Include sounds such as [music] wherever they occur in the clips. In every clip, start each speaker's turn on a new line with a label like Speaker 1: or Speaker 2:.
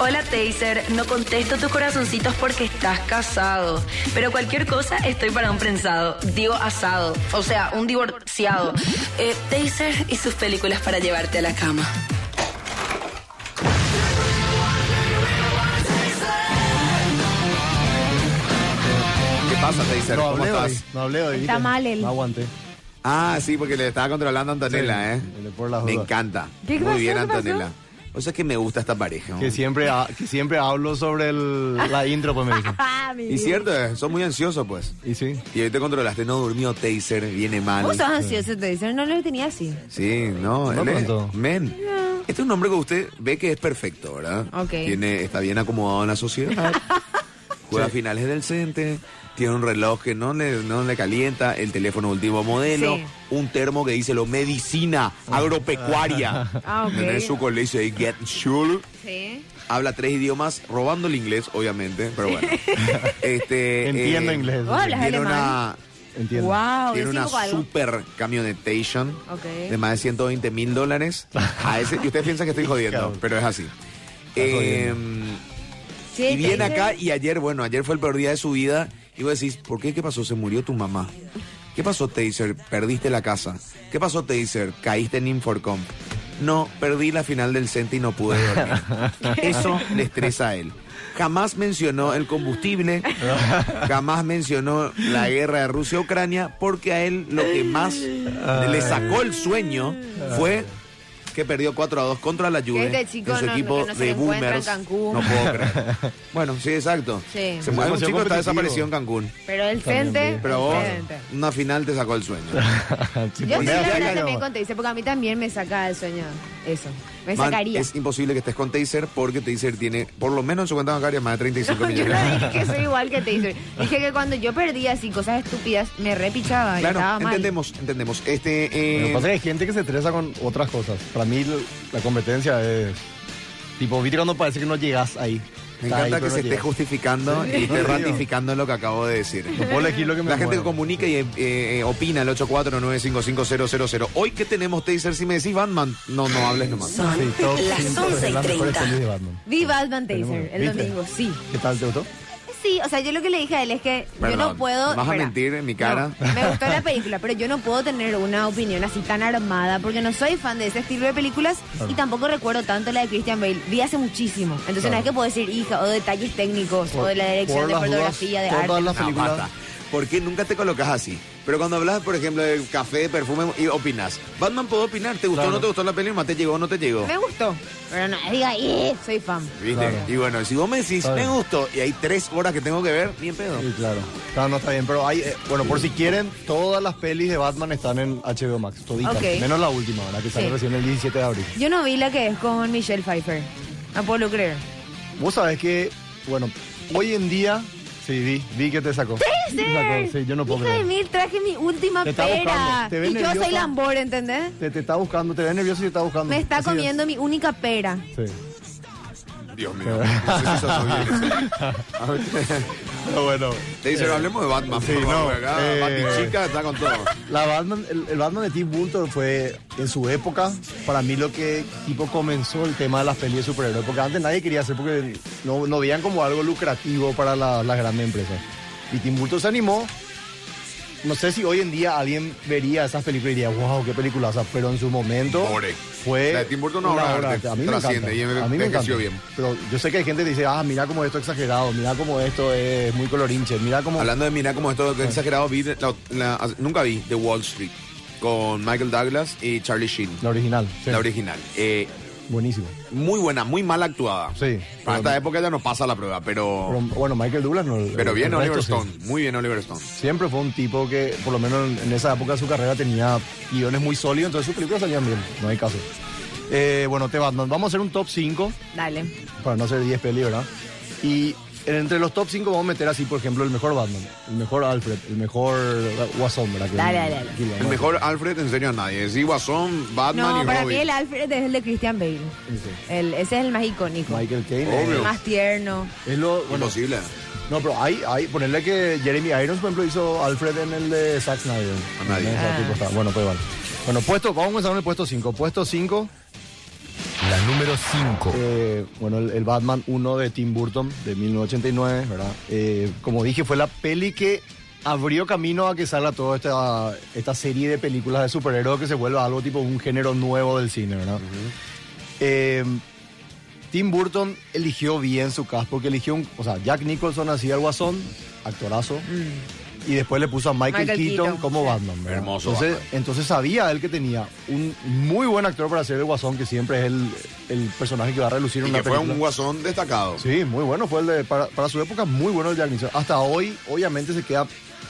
Speaker 1: Hola Taser, no contesto tus corazoncitos porque estás casado. Pero cualquier cosa estoy para un prensado. Digo asado. O sea, un divorciado. Eh, Taser y sus películas para llevarte a la cama.
Speaker 2: ¿Qué pasa, Taser?
Speaker 3: No
Speaker 2: ¿Cómo
Speaker 3: hablé
Speaker 2: estás?
Speaker 3: hoy, no hablé hoy.
Speaker 4: Está
Speaker 3: ¿viste?
Speaker 4: mal él.
Speaker 3: No aguanté.
Speaker 2: Ah, sí, porque le estaba controlando a Antonella,
Speaker 3: Sí,
Speaker 2: ¿eh?
Speaker 3: le por las
Speaker 2: Me
Speaker 3: dudas.
Speaker 2: encanta.
Speaker 4: ¿Qué
Speaker 2: Muy
Speaker 4: pasó?
Speaker 2: bien,
Speaker 4: ¿Qué pasó?
Speaker 2: Antonella. O sea, que me gusta esta pareja. ¿no?
Speaker 3: Que siempre, ha- que siempre hablo sobre el- la intro, pues me dijo.
Speaker 4: Ah, mi
Speaker 2: Y
Speaker 4: Dios.
Speaker 2: cierto, eh, son muy ansiosos, pues.
Speaker 3: Y sí.
Speaker 2: Y hoy te controlaste, no durmió Taser, viene mal.
Speaker 4: Vos sos ansioso, te dicen. No lo tenía así.
Speaker 2: Sí, no,
Speaker 3: No
Speaker 2: él es-
Speaker 3: tanto.
Speaker 2: men. Este es un hombre que usted ve que es perfecto, ¿verdad?
Speaker 4: Ok.
Speaker 2: Tiene, está bien acomodado en la sociedad, juega finales del cente, tiene un reloj que no le, no le calienta, el teléfono último modelo,
Speaker 4: Sí.
Speaker 2: un termo que dice lo medicina agropecuaria.
Speaker 4: Ah, ok.
Speaker 2: En su colegio ahí, get sure.
Speaker 4: Sí.
Speaker 2: Habla tres idiomas, robando el inglés, obviamente, pero
Speaker 4: [laughs]
Speaker 2: bueno. este,
Speaker 3: Entiendo
Speaker 2: eh,
Speaker 3: inglés.
Speaker 4: Vos hablas
Speaker 2: Tiene una,
Speaker 4: alemán.
Speaker 3: Entiendo.
Speaker 4: Wow,
Speaker 2: tiene
Speaker 4: yo sí
Speaker 2: una
Speaker 4: poco algo.
Speaker 2: super camionetation
Speaker 4: Ok.
Speaker 2: de más de 120 mil dólares. A ese, y ustedes piensan que estoy jodiendo,
Speaker 3: Cabrón.
Speaker 2: pero es así.
Speaker 3: Estás
Speaker 2: Eh,
Speaker 4: Sí,
Speaker 2: y
Speaker 4: te
Speaker 2: viene
Speaker 4: dicen-
Speaker 2: acá y ayer, bueno, ayer fue el peor día de su vida. Y vos decís, ¿por qué? ¿Qué pasó? Se murió tu mamá. ¿Qué pasó, Taser? Perdiste la casa. ¿Qué pasó, Taser? Caíste en Inforcomp. No, perdí la final del Cente y no pude
Speaker 4: [laughs]
Speaker 2: dormir. Eso le estresa a él. Jamás mencionó el combustible, jamás mencionó la guerra de Rusia-Ucrania, porque a él lo que más le sacó el sueño fue que perdió 4 a 2 contra la Juve
Speaker 4: este chico
Speaker 2: en su
Speaker 4: no-
Speaker 2: equipo
Speaker 4: que no se
Speaker 2: de
Speaker 4: lo encuentra en
Speaker 2: boomers.
Speaker 4: Cancún.
Speaker 2: No
Speaker 3: [laughs]
Speaker 2: puedo creer. Bueno, sí, exacto.
Speaker 4: Sí.
Speaker 2: Se murió. Hay un
Speaker 3: Demasiado
Speaker 2: chico que está
Speaker 3: competitivo.
Speaker 2: desaparecido en Cancún.
Speaker 4: Pero el
Speaker 3: También
Speaker 4: frente.
Speaker 3: bien.
Speaker 2: Pero
Speaker 4: el
Speaker 2: vos,
Speaker 4: frente.
Speaker 2: una final te sacó el sueño.
Speaker 3: [laughs] Sí, pues,
Speaker 4: Yo sí,
Speaker 3: ponele
Speaker 4: la
Speaker 3: así,
Speaker 4: verdad
Speaker 3: pero-
Speaker 4: también con Taser, porque a mí también me saca el sueño eso. Me
Speaker 2: Man,
Speaker 4: sacaría.
Speaker 2: es imposible que estés con Taser porque Taser tiene, por lo menos en su cuenta bancaria, más de 35
Speaker 4: No, [laughs] [laughs] yo
Speaker 2: millones.
Speaker 4: no dije que soy igual que Taser. Dije que cuando yo perdía así cosas estúpidas, me repichaba y estaba
Speaker 2: Claro,
Speaker 4: mal.
Speaker 2: entendemos, entendemos. Este, eh,
Speaker 3: Lo que pasa es que hay gente que se estresa con otras cosas. Para mí l- la competencia es... Tipo, viste cuando parece que no llegas ahí.
Speaker 2: me
Speaker 3: Estás ahí,
Speaker 2: encanta
Speaker 3: pero
Speaker 2: que
Speaker 3: no
Speaker 2: se esté
Speaker 3: llegas.
Speaker 2: justificando y esté
Speaker 3: No, tío.
Speaker 2: ratificando lo que acabo de
Speaker 3: [laughs]
Speaker 2: decir.
Speaker 3: No puedo elegir lo que me
Speaker 2: La gente que
Speaker 3: mueva.
Speaker 2: comunica y eh, eh, opina al 849-555-000. Hoy que tenemos Taser, si me decís Batman, no, no hables nomás.
Speaker 3: Sí, pues, top
Speaker 1: Las
Speaker 3: cinco
Speaker 1: 11
Speaker 3: de
Speaker 1: y
Speaker 3: las mejores
Speaker 1: 30.
Speaker 3: pelis de Batman.
Speaker 4: Vi Batman Taser
Speaker 3: Tenemos-
Speaker 4: el
Speaker 3: ¿viste?
Speaker 4: domingo, sí.
Speaker 3: ¿Qué tal, te gustó?
Speaker 4: Sí, o sea, yo lo que le dije a él es que
Speaker 2: Perdón,
Speaker 4: yo no puedo.
Speaker 2: ¿me vas a
Speaker 4: espera.
Speaker 2: mentir en mi cara?
Speaker 4: No, me
Speaker 2: [laughs]
Speaker 4: gustó la película, pero yo no puedo tener una opinión así tan armada porque no soy fan de ese estilo de películas y tampoco recuerdo tanto la de Christian Bale. Vi hace muchísimo. Entonces no es que puedo decir hija o detalles técnicos o de la dirección
Speaker 3: Por
Speaker 4: de
Speaker 3: las dudas,
Speaker 4: fotografía, de
Speaker 3: Todas
Speaker 4: arte.
Speaker 3: las
Speaker 2: No,
Speaker 3: películas...
Speaker 2: basta. ¿Por qué nunca te colocas así? Pero cuando hablas, por ejemplo, de café, perfume y opinas. Batman puede opinar, ¿te gustó o
Speaker 3: Claro.
Speaker 2: no te gustó la peli? ¿Te llegó o no te llegó?
Speaker 4: Me gustó, pero no diga, "Eh, soy fan.
Speaker 2: ¿Viste?
Speaker 3: Claro.
Speaker 2: Y bueno, si vos me decís,
Speaker 3: Claro.
Speaker 2: me gustó, y hay tres horas que tengo que ver, ni en pedo.
Speaker 3: Sí, claro. No, no está bien, pero hay, eh, bueno, por si quieren, todas las pelis de Batman están en HBO Max, toditas,
Speaker 4: Ok.
Speaker 3: menos la última, ¿verdad? Que sale
Speaker 4: Sí.
Speaker 3: recién el 17 de abril.
Speaker 4: Yo no vi la que es con Michelle Pfeiffer. No puedo creer.
Speaker 3: Vos sabés que, bueno, hoy en día, sí, vi, vi que te sacó. Te sacó, sí, yo no puedo
Speaker 4: Hija de
Speaker 3: creer.
Speaker 4: mil, traje mi última
Speaker 3: Te está
Speaker 4: pera.
Speaker 3: buscando. Te ve
Speaker 4: Y yo
Speaker 3: nerviosa.
Speaker 4: soy Lambor, ¿entendés?
Speaker 3: Te, te está buscando, te ve nervioso y te está buscando.
Speaker 4: Me está
Speaker 3: Mm, Así es.
Speaker 4: comiendo mi única pera.
Speaker 3: Sí.
Speaker 2: Dios mío. No sé si eso es bien. ¿eh?
Speaker 3: Pero bueno,
Speaker 2: Te dicen, hablemos de Batman.
Speaker 3: Sí,
Speaker 2: por favor,
Speaker 3: no,
Speaker 2: acá,
Speaker 3: eh.
Speaker 2: Batman chica está con todo.
Speaker 3: la Batman, el, el Batman de Tim Burton fue, en su época, para mí lo que tipo comenzó el tema de las pelis de superhéroes, porque antes nadie quería hacer porque no, no veían como algo lucrativo para la- las grandes empresas. Y Tim Burton se animó. No sé si hoy en día alguien vería esas películas y diría, wow, qué películas, pero en su momento
Speaker 2: Pobre.
Speaker 3: fue...
Speaker 2: La de Tim Burton no
Speaker 3: una
Speaker 2: habrá
Speaker 3: obra de
Speaker 2: arte,
Speaker 3: arte. A mí
Speaker 2: trasciende
Speaker 3: me
Speaker 2: y
Speaker 3: encanta.
Speaker 2: me-
Speaker 3: A mí
Speaker 2: me
Speaker 3: me encanta.
Speaker 2: creció bien.
Speaker 3: Pero yo sé que hay gente que dice, ah, mira cómo esto es exagerado, mira cómo esto es muy colorinche, mira cómo...
Speaker 2: Hablando de mirar como esto que exagerado, vi la- la- nunca vi The Wall Street con Michael Douglas y Charlie Sheen,
Speaker 3: La original. sí.
Speaker 2: la original. Eh,
Speaker 3: Buenísimo.
Speaker 2: muy buena, muy mal actuada.
Speaker 3: Sí.
Speaker 2: Para esta época ya no pasa la prueba,
Speaker 3: Pero,
Speaker 2: pero,
Speaker 3: bueno, Michael Douglas no.
Speaker 2: pero bien
Speaker 3: el
Speaker 2: Oliver
Speaker 3: resto sí.
Speaker 2: Stone, muy bien Oliver Stone.
Speaker 3: Siempre fue un tipo que, por lo menos en, en esa época de su carrera, tenía guiones muy sólidos, entonces sus películas salían bien, no hay caso. Eh, bueno, te Batman, vamos a hacer un top 5,
Speaker 4: Dale.
Speaker 3: para no hacer 10 pelis, ¿verdad? Y en- entre los top 5 vamos a meter así, por ejemplo, el mejor Batman, el mejor Alfred, el mejor Guasón, ¿verdad? Que-
Speaker 4: Dale, dale, dale.
Speaker 3: Gilman,
Speaker 2: El
Speaker 3: ¿no?
Speaker 2: mejor Alfred en serio a nadie. Sí, Guasón,
Speaker 3: Ah,
Speaker 2: Batman
Speaker 4: No,
Speaker 2: y
Speaker 4: para
Speaker 2: Robin.
Speaker 4: mí el Alfred es el de Christian Bale.
Speaker 3: Sí.
Speaker 4: El, ese es el más icónico.
Speaker 3: Michael Caine.
Speaker 2: Obvio.
Speaker 3: eh,
Speaker 4: Más tierno.
Speaker 3: Es lo, bueno,
Speaker 2: Imposible.
Speaker 3: No, pero hay, hay, ponerle que Jeremy Irons, por ejemplo, hizo Alfred en el de Zack Snyder.
Speaker 2: A nadie.
Speaker 3: En ese tipo está. Bueno, pues vale. Bueno, puesto, vamos a comenzar con el puesto 5. Puesto 5.
Speaker 5: La número 5.
Speaker 3: Eh, bueno, el, el Batman 1 de Tim Burton de 1989, ¿verdad? Eh, como dije, fue la peli que abrió camino a que salga toda esta, esta serie de películas de superhéroes que se vuelva algo tipo un género nuevo del cine, ¿verdad? Eh, Tim Burton eligió bien su cast porque eligió un. O sea, Jack Nicholson hacía el guasón, actorazo. Y después le puso a Michael,
Speaker 4: Michael
Speaker 3: Keaton,
Speaker 4: Keaton.
Speaker 3: como Batman. ¿verdad?
Speaker 2: Hermoso
Speaker 3: Entonces,
Speaker 2: Batman.
Speaker 3: entonces sabía él que tenía un muy buen actor para hacer el guasón, que siempre es el, el personaje que va a relucir en
Speaker 2: Y
Speaker 3: una
Speaker 2: que fue
Speaker 3: película.
Speaker 2: un guasón destacado.
Speaker 3: Sí, muy bueno fue el de, para, para su época, muy bueno el de Jack Nicholson. Hasta hoy, obviamente, se queda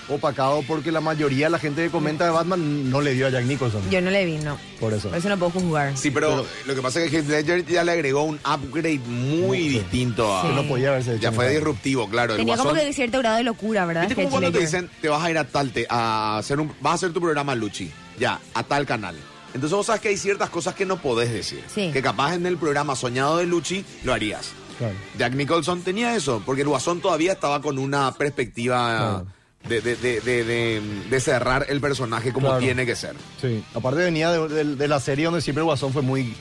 Speaker 3: opacado porque la mayoría de la gente que comenta de Batman no le dio a Jack Nicholson.
Speaker 4: Yo no le vi, no.
Speaker 3: Por eso.
Speaker 4: Por eso no puedo juzgar.
Speaker 2: Sí, pero, lo que pasa es que Heath Ledger ya le agregó un upgrade muy distinto a...
Speaker 3: Que no podía haberse hecho
Speaker 2: Ya fue
Speaker 3: nunca.
Speaker 2: disruptivo, claro.
Speaker 4: Tenía
Speaker 2: el
Speaker 4: como
Speaker 2: guasón...
Speaker 4: que cierto grado de locura, ¿verdad?
Speaker 2: ¿Viste como
Speaker 4: Heath
Speaker 2: cuando te
Speaker 4: Ledger.
Speaker 2: dicen, te vas a ir a tal, te- a hacer un, vas a hacer tu programa Luchi, ya, a tal canal? Entonces vos sabes que hay ciertas cosas que no podés decir.
Speaker 4: Sí.
Speaker 2: Que capaz en el programa soñado de Luchi lo harías.
Speaker 3: Claro.
Speaker 2: Jack Nicholson tenía eso, porque el Guasón todavía estaba con una perspectiva de, de- de- de- de- de cerrar el personaje como
Speaker 3: Claro.
Speaker 2: tiene que ser. Este
Speaker 3: Sí. Aparte venía de, de- de la serie donde siempre el guasón fue muy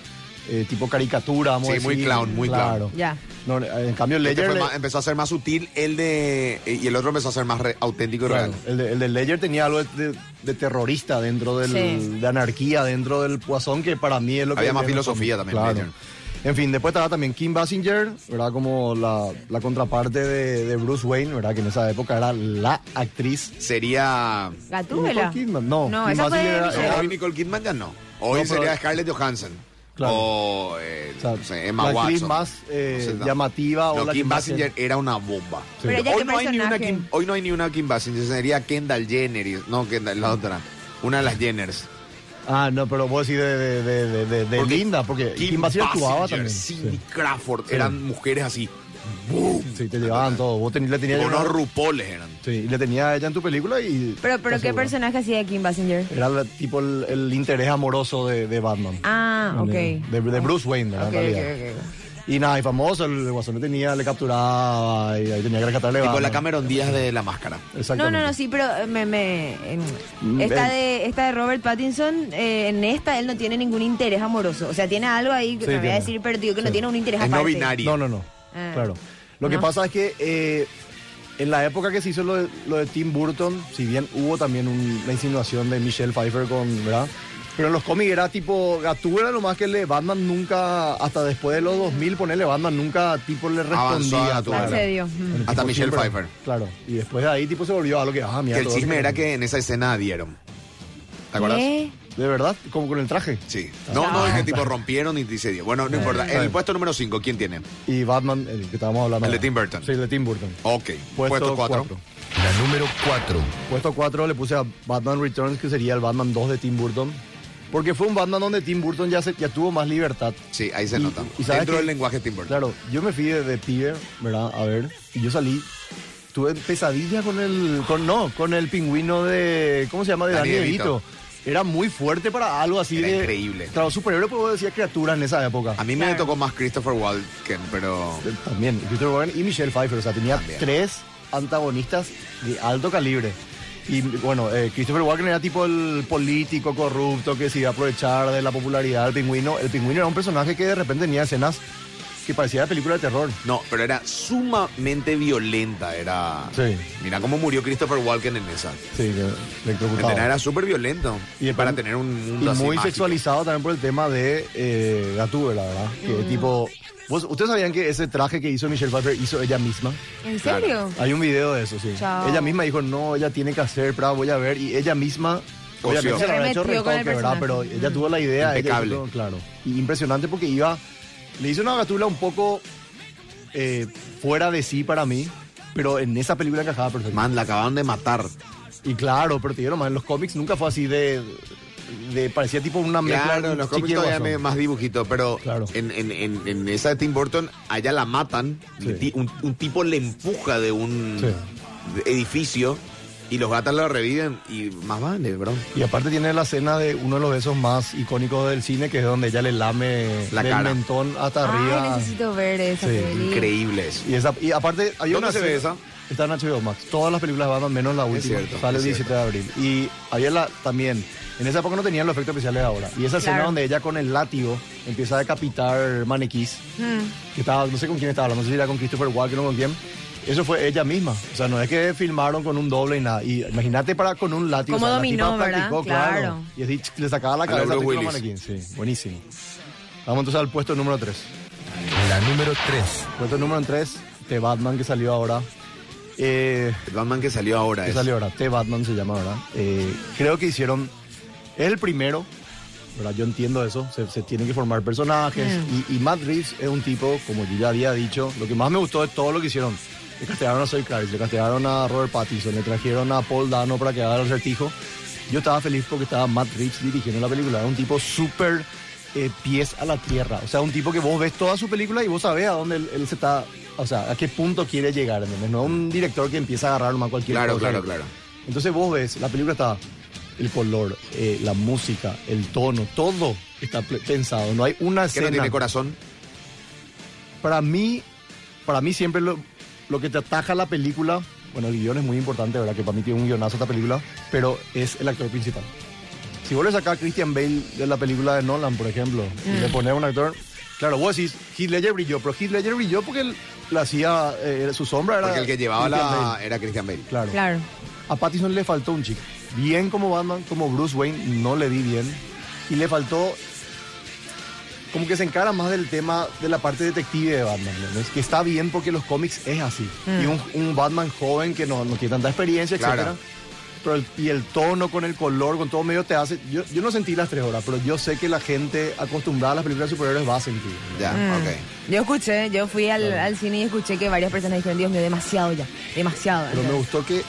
Speaker 3: eh, tipo caricatura, vamos a
Speaker 2: Sí, muy
Speaker 3: decir.
Speaker 2: clown, muy clown.
Speaker 3: claro.
Speaker 4: Ya.
Speaker 3: No, en cambio,
Speaker 2: Este
Speaker 3: Ledger...
Speaker 2: fue
Speaker 3: le-
Speaker 2: más- empezó a ser más sutil el de... Y el otro empezó a ser más re- auténtico y
Speaker 3: Claro,
Speaker 2: real.
Speaker 3: el, de, el de Ledger tenía algo de, de- de terrorista dentro del,
Speaker 4: Sí.
Speaker 3: de anarquía dentro del guasón, que para mí es lo que...
Speaker 2: Había más
Speaker 3: tiene-
Speaker 2: filosofía también,
Speaker 3: Claro.
Speaker 2: Ledger.
Speaker 3: En fin, después estaba también Kim Basinger, ¿verdad? Como la, la contraparte de, de Bruce Wayne, ¿verdad? Que en esa época era la actriz.
Speaker 2: Sería...
Speaker 4: Gatúbela.
Speaker 3: Nicole Kidman, no,
Speaker 4: No,
Speaker 3: Kim
Speaker 4: esa fue.
Speaker 3: Basinger era-
Speaker 4: Michelle.
Speaker 2: Eh,
Speaker 3: era-
Speaker 2: hoy Nicole Kidman ya no. Hoy
Speaker 3: No, pero-
Speaker 2: sería Scarlett Johansson.
Speaker 3: Claro.
Speaker 2: O, eh,
Speaker 3: O sea,
Speaker 2: no sé, Emma
Speaker 3: la actriz
Speaker 2: Watson.
Speaker 3: más, eh,
Speaker 2: No sé, no.
Speaker 3: llamativa o
Speaker 2: No,
Speaker 3: la que
Speaker 2: Kim
Speaker 3: más-
Speaker 2: Basinger era una bomba.
Speaker 4: Pero ella,
Speaker 2: Hoy
Speaker 4: ¿qué
Speaker 2: no, hay ni una
Speaker 4: personaje?
Speaker 2: Kim, hoy no hay ni una Kim Basinger, sería Kendall Jenner. y- No, Kendall, la otra. Una de las Jenners.
Speaker 3: Ah, no, pero vos decís de, de, de, de- de- de Linda, porque Kim, Basinger actuaba también.
Speaker 2: Cindy
Speaker 3: Sí.
Speaker 2: Crawford,
Speaker 3: Sí.
Speaker 2: eran mujeres así. ¡Boom!
Speaker 3: Sí, te llevaban todo. Vos ten- le tenías
Speaker 2: Con unos rupoles eran.
Speaker 3: Sí, y le tenía a ella en tu película y...
Speaker 4: Pero, pero
Speaker 3: te
Speaker 4: ¿qué
Speaker 3: aseguro.
Speaker 4: personaje hacía Kim Basinger?
Speaker 3: Era la- tipo el, el interés amoroso de, de Batman.
Speaker 4: Ah, ok.
Speaker 3: De, de Bruce Wayne, ¿verdad?
Speaker 4: Ok,
Speaker 3: En
Speaker 4: ok,
Speaker 3: realidad.
Speaker 4: ok,
Speaker 3: Y nada, y famoso, el guasón le tenía, le capturaba y ahí tenía que rescatarle
Speaker 2: Tipo
Speaker 3: Batman.
Speaker 2: la Cameron Díaz de la máscara.
Speaker 4: No,
Speaker 3: Exactamente.
Speaker 4: no, no, sí, pero eh, me, me, em,
Speaker 3: Mm,
Speaker 4: esta,
Speaker 3: él-
Speaker 4: de, esta de Robert Pattinson, eh, en esta él no tiene ningún interés amoroso. O sea, tiene algo ahí que
Speaker 3: Sí,
Speaker 4: me voy a
Speaker 3: tiene.
Speaker 4: decir, pero digo que no
Speaker 3: Sí.
Speaker 4: tiene un interés
Speaker 2: Es no
Speaker 4: aparte.
Speaker 2: binario.
Speaker 3: No, no, no.
Speaker 4: Ah.
Speaker 3: Claro. Lo que
Speaker 4: No.
Speaker 3: pasa es que eh, en la época que se hizo lo de, lo de Tim Burton, si bien hubo también un- una insinuación de Michelle Pfeiffer con, ¿verdad? Pero en los cómics era tipo, Gatú era lo más que le, Batman nunca, hasta después de los 2000, ponerle Batman nunca tipo le respondía.
Speaker 2: Avanzó a Gatú,
Speaker 3: claro.
Speaker 2: ¿verdad?
Speaker 4: Accedió.
Speaker 3: El
Speaker 4: ujú.
Speaker 3: tipo
Speaker 2: Hasta Michelle Pfeiffer.
Speaker 3: Claro. Y después de ahí tipo se volvió a lo que, ah, mira.
Speaker 2: Que el
Speaker 3: todo lo
Speaker 2: chisme era que en esa escena dieron. ¿Te acuerdas?
Speaker 4: ¿Qué?
Speaker 3: De verdad, como con el traje.
Speaker 2: Sí. No, no, es que tipo rompieron y se dio. Bueno, no
Speaker 3: Eh,
Speaker 2: importa. El puesto número 5, ¿quién tiene?
Speaker 3: Y Batman, el que estábamos hablando.
Speaker 2: El de
Speaker 3: ahora.
Speaker 2: Tim Burton.
Speaker 3: Sí, el de Tim Burton.
Speaker 2: Ok. Puesto 4.
Speaker 3: cuatro.
Speaker 5: La número 4.
Speaker 3: Puesto 4 le puse a Batman Returns, que sería el Batman 2 de Tim Burton. Porque fue un Batman donde Tim Burton ya, se, ya tuvo más libertad.
Speaker 2: Sí, ahí se
Speaker 3: Y-
Speaker 2: nota.
Speaker 3: y sabes
Speaker 2: Dentro
Speaker 3: que-
Speaker 2: del lenguaje Tim Burton.
Speaker 3: Claro, yo me fui de, de pibe, ¿verdad? A ver, y yo salí. Tuve pesadilla con el. Con, no, con el pingüino de. ¿Cómo se llama? De
Speaker 2: Danny
Speaker 3: Danny
Speaker 2: DeVito.
Speaker 3: DeVito. Era muy fuerte para algo así
Speaker 2: Era
Speaker 3: de.
Speaker 2: increíble.
Speaker 3: Claro, superhéroe, porque vos decías criatura en esa época.
Speaker 2: A mí me tocó más Christopher Walken, pero...
Speaker 3: También, Christopher Robin y Michelle Pfeiffer. O sea, tenía
Speaker 2: También.
Speaker 3: tres antagonistas de alto calibre. Y bueno, eh, Christopher Walken era tipo el político corrupto que se iba a aprovechar de la popularidad del pingüino. El pingüino era un personaje que de repente tenía escenas que parecía de película de terror.
Speaker 2: No, pero era sumamente violenta, era...
Speaker 3: Sí.
Speaker 2: Mira cómo murió Christopher Walken en esa.
Speaker 3: Sí, que electrocutado.
Speaker 2: Era súper violento.
Speaker 3: el
Speaker 2: para
Speaker 3: pan-
Speaker 2: tener un
Speaker 3: y
Speaker 2: mundo así
Speaker 3: muy
Speaker 2: mágico.
Speaker 3: sexualizado también por el tema de eh, Gatúbela, ¿verdad? Que tipo... ¿vos- ¿Ustedes sabían que ese traje que hizo Michelle Pfeiffer hizo ella misma?
Speaker 4: ¿En
Speaker 2: Claro.
Speaker 4: serio?
Speaker 3: Hay un video de eso, sí.
Speaker 4: Chao.
Speaker 3: Ella misma dijo, no, ella tiene que hacer, pero voy a ver. Y ella misma,
Speaker 2: Coció.
Speaker 3: obviamente se la habrá hecho
Speaker 4: Remetió con el
Speaker 3: retoque, ¿verdad?
Speaker 4: personaje.
Speaker 3: Pero ella tuvo la idea. ella
Speaker 2: Impecable.
Speaker 3: hizo todo, claro. Y impresionante porque iba, le hizo una gatula un poco eh, fuera de sí para mí, pero en esa película encajaba perfecto.
Speaker 2: Man, la acababan de matar.
Speaker 3: Y claro, pero te dieron más. En los cómics nunca fue así de... de- parecía tipo una mezcla.
Speaker 2: Claro,
Speaker 3: un
Speaker 2: los cómics
Speaker 3: chiqui
Speaker 2: todavía
Speaker 3: guasón.
Speaker 2: me- más dibujitos, pero
Speaker 3: Claro.
Speaker 2: en, en- en- en esa de Tim Burton, allá la matan,
Speaker 3: Sí.
Speaker 2: ti- un, un tipo le empuja de un
Speaker 3: Sí.
Speaker 2: de- edificio y los gatos la reviven y más vale, bro.
Speaker 3: Y aparte tiene la escena de uno de los besos más icónicos del cine, que es donde ella le lame
Speaker 2: La
Speaker 3: del
Speaker 2: cara.
Speaker 3: mentón hasta arriba.
Speaker 4: Ay, necesito ver esa
Speaker 3: Sí,
Speaker 4: peli.
Speaker 2: Increíble eso.
Speaker 3: Y, esa, y aparte, hay
Speaker 2: ¿Dónde
Speaker 3: una
Speaker 2: se ve esa?
Speaker 3: Está en HBO Max. Todas las películas de Batman, menos la última.
Speaker 2: cierto,
Speaker 3: sale
Speaker 2: es
Speaker 3: el 17 de abril. Y había la, también En esa época no tenían los efectos especiales de ahora. Y esa escena
Speaker 4: Claro.
Speaker 3: donde ella con el látigo empieza a decapitar maniquís,
Speaker 4: Mm.
Speaker 3: que estaba, no sé con quién estaba hablando, no sé si era con Christopher Walken o con quién. Eso fue ella misma. O sea, no es que filmaron con un doble y nada. Y imagínate para con un látigo.
Speaker 4: Cómo
Speaker 3: o sea, la
Speaker 4: dominó,
Speaker 3: tipa
Speaker 4: ¿verdad?
Speaker 3: practicó,
Speaker 4: Claro.
Speaker 3: Y así ch, le sacaba la
Speaker 2: la
Speaker 3: cabeza
Speaker 2: Bruce
Speaker 3: tipo
Speaker 2: Willis.
Speaker 3: maniquín. Sí, buenísimo. Vamos entonces al puesto número 3.
Speaker 5: La número 3.
Speaker 3: Puesto número 3, The Batman que salió ahora. Eh,
Speaker 2: El Batman que salió ahora
Speaker 3: que
Speaker 2: es.
Speaker 3: salió ahora, The Batman se llama ahora. Eh, creo que hicieron, es el primero, ¿verdad? yo entiendo eso, se, se tienen que formar personajes. Y, y Matt Reeves es un tipo, como yo ya había dicho, lo que más me gustó de todo lo que hicieron. Le castearon a Soy Clark, le castearon a Robert Pattinson, le trajeron a Paul Dano para que haga el acertijo. Yo estaba feliz porque estaba Matt Reeves dirigiendo la película. Era un tipo súper eh, pies a la tierra. O sea, un tipo que vos ves toda su película y vos sabés a dónde él, él se está, o sea, a qué punto quiere llegar. ¿entendés? No un director que empieza a agarrar nomás cualquier
Speaker 2: Claro,
Speaker 3: cosa.
Speaker 2: claro, claro.
Speaker 3: Entonces vos ves, la película está, el color, eh, la música, el tono, todo está ple- pensado. No hay una
Speaker 2: Que
Speaker 3: escena.
Speaker 2: no tiene corazón.
Speaker 3: Para mí, para mí siempre lo, lo que te ataja la película, bueno, el guión es muy importante, ¿verdad? Que para mí tiene un guionazo esta película, pero es el actor principal. Si vos le sacás a Christian Bale de la película de Nolan, por ejemplo, y le pones a un actor... Claro, vos decís, Heath Ledger brilló, pero Heath Ledger brilló porque él, la hacía, eh, su sombra era...
Speaker 2: Porque el que llevaba
Speaker 3: Christian
Speaker 2: la
Speaker 3: Bale.
Speaker 2: era Christian Bale.
Speaker 3: Claro.
Speaker 4: Claro.
Speaker 3: A Pattinson le faltó un chico. Bien como Batman, como Bruce Wayne, no le vi bien. Y le faltó. Como que se encara más del tema de la parte detective de Batman, ¿no? Es que está bien porque los cómics es así. Y un, un Batman joven que no, no tiene tanta experiencia,
Speaker 2: Claro.
Speaker 3: etcétera. Pero el- y el tono con el color, con todo medio te hace. Yo, yo no sentí las tres horas, pero yo sé que la gente acostumbrada a las películas de superhéroes va a sentir. ¿no?
Speaker 2: Ya, ok.
Speaker 4: Yo escuché, yo fui al, al cine y escuché que varias personas dijeron, Dios mío, demasiado ya, demasiado.
Speaker 3: Pero me gustó que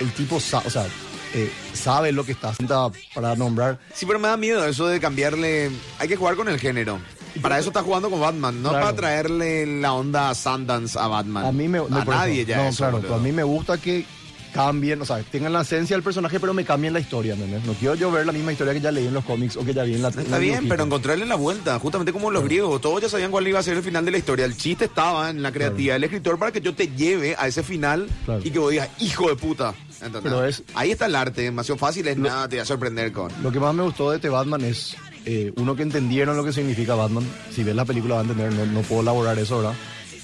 Speaker 3: el tipo, sa- o sea, eh, sabe lo que está haciendo para nombrar.
Speaker 2: Sí, pero me da miedo eso de cambiarle. Hay que jugar con el género. Para eso está jugando con Batman, no
Speaker 3: Claro.
Speaker 2: para traerle la onda Sundance a Batman.
Speaker 3: A mí me no,
Speaker 2: a
Speaker 3: por eso.
Speaker 2: nadie ya.
Speaker 3: No,
Speaker 2: eso,
Speaker 3: claro,
Speaker 2: boludo.
Speaker 3: a mí me gusta que cambien, o sea, tengan la esencia del personaje, pero me cambien la historia, ¿entendés? No quiero yo ver la misma historia que ya leí en los cómics o que ya vi en la en
Speaker 2: Está
Speaker 3: el
Speaker 2: bien,
Speaker 3: dibujito.
Speaker 2: pero encontrarle la vuelta, justamente como los griegos, todos ya sabían cuál iba a ser el final de la historia. El chiste estaba en la creatividad del escritor para que yo te lleve a ese final
Speaker 3: Claro.
Speaker 2: y que vos digas, hijo de puta. ¿entendés?
Speaker 3: Pero es-
Speaker 2: Ahí está el arte, demasiado fácil, es nada, te voy a sorprender con.
Speaker 3: Lo que más me gustó de este Batman es eh, uno que entendieron lo que significa Batman. Si ves la película va a entender, no, no puedo elaborar eso ahora.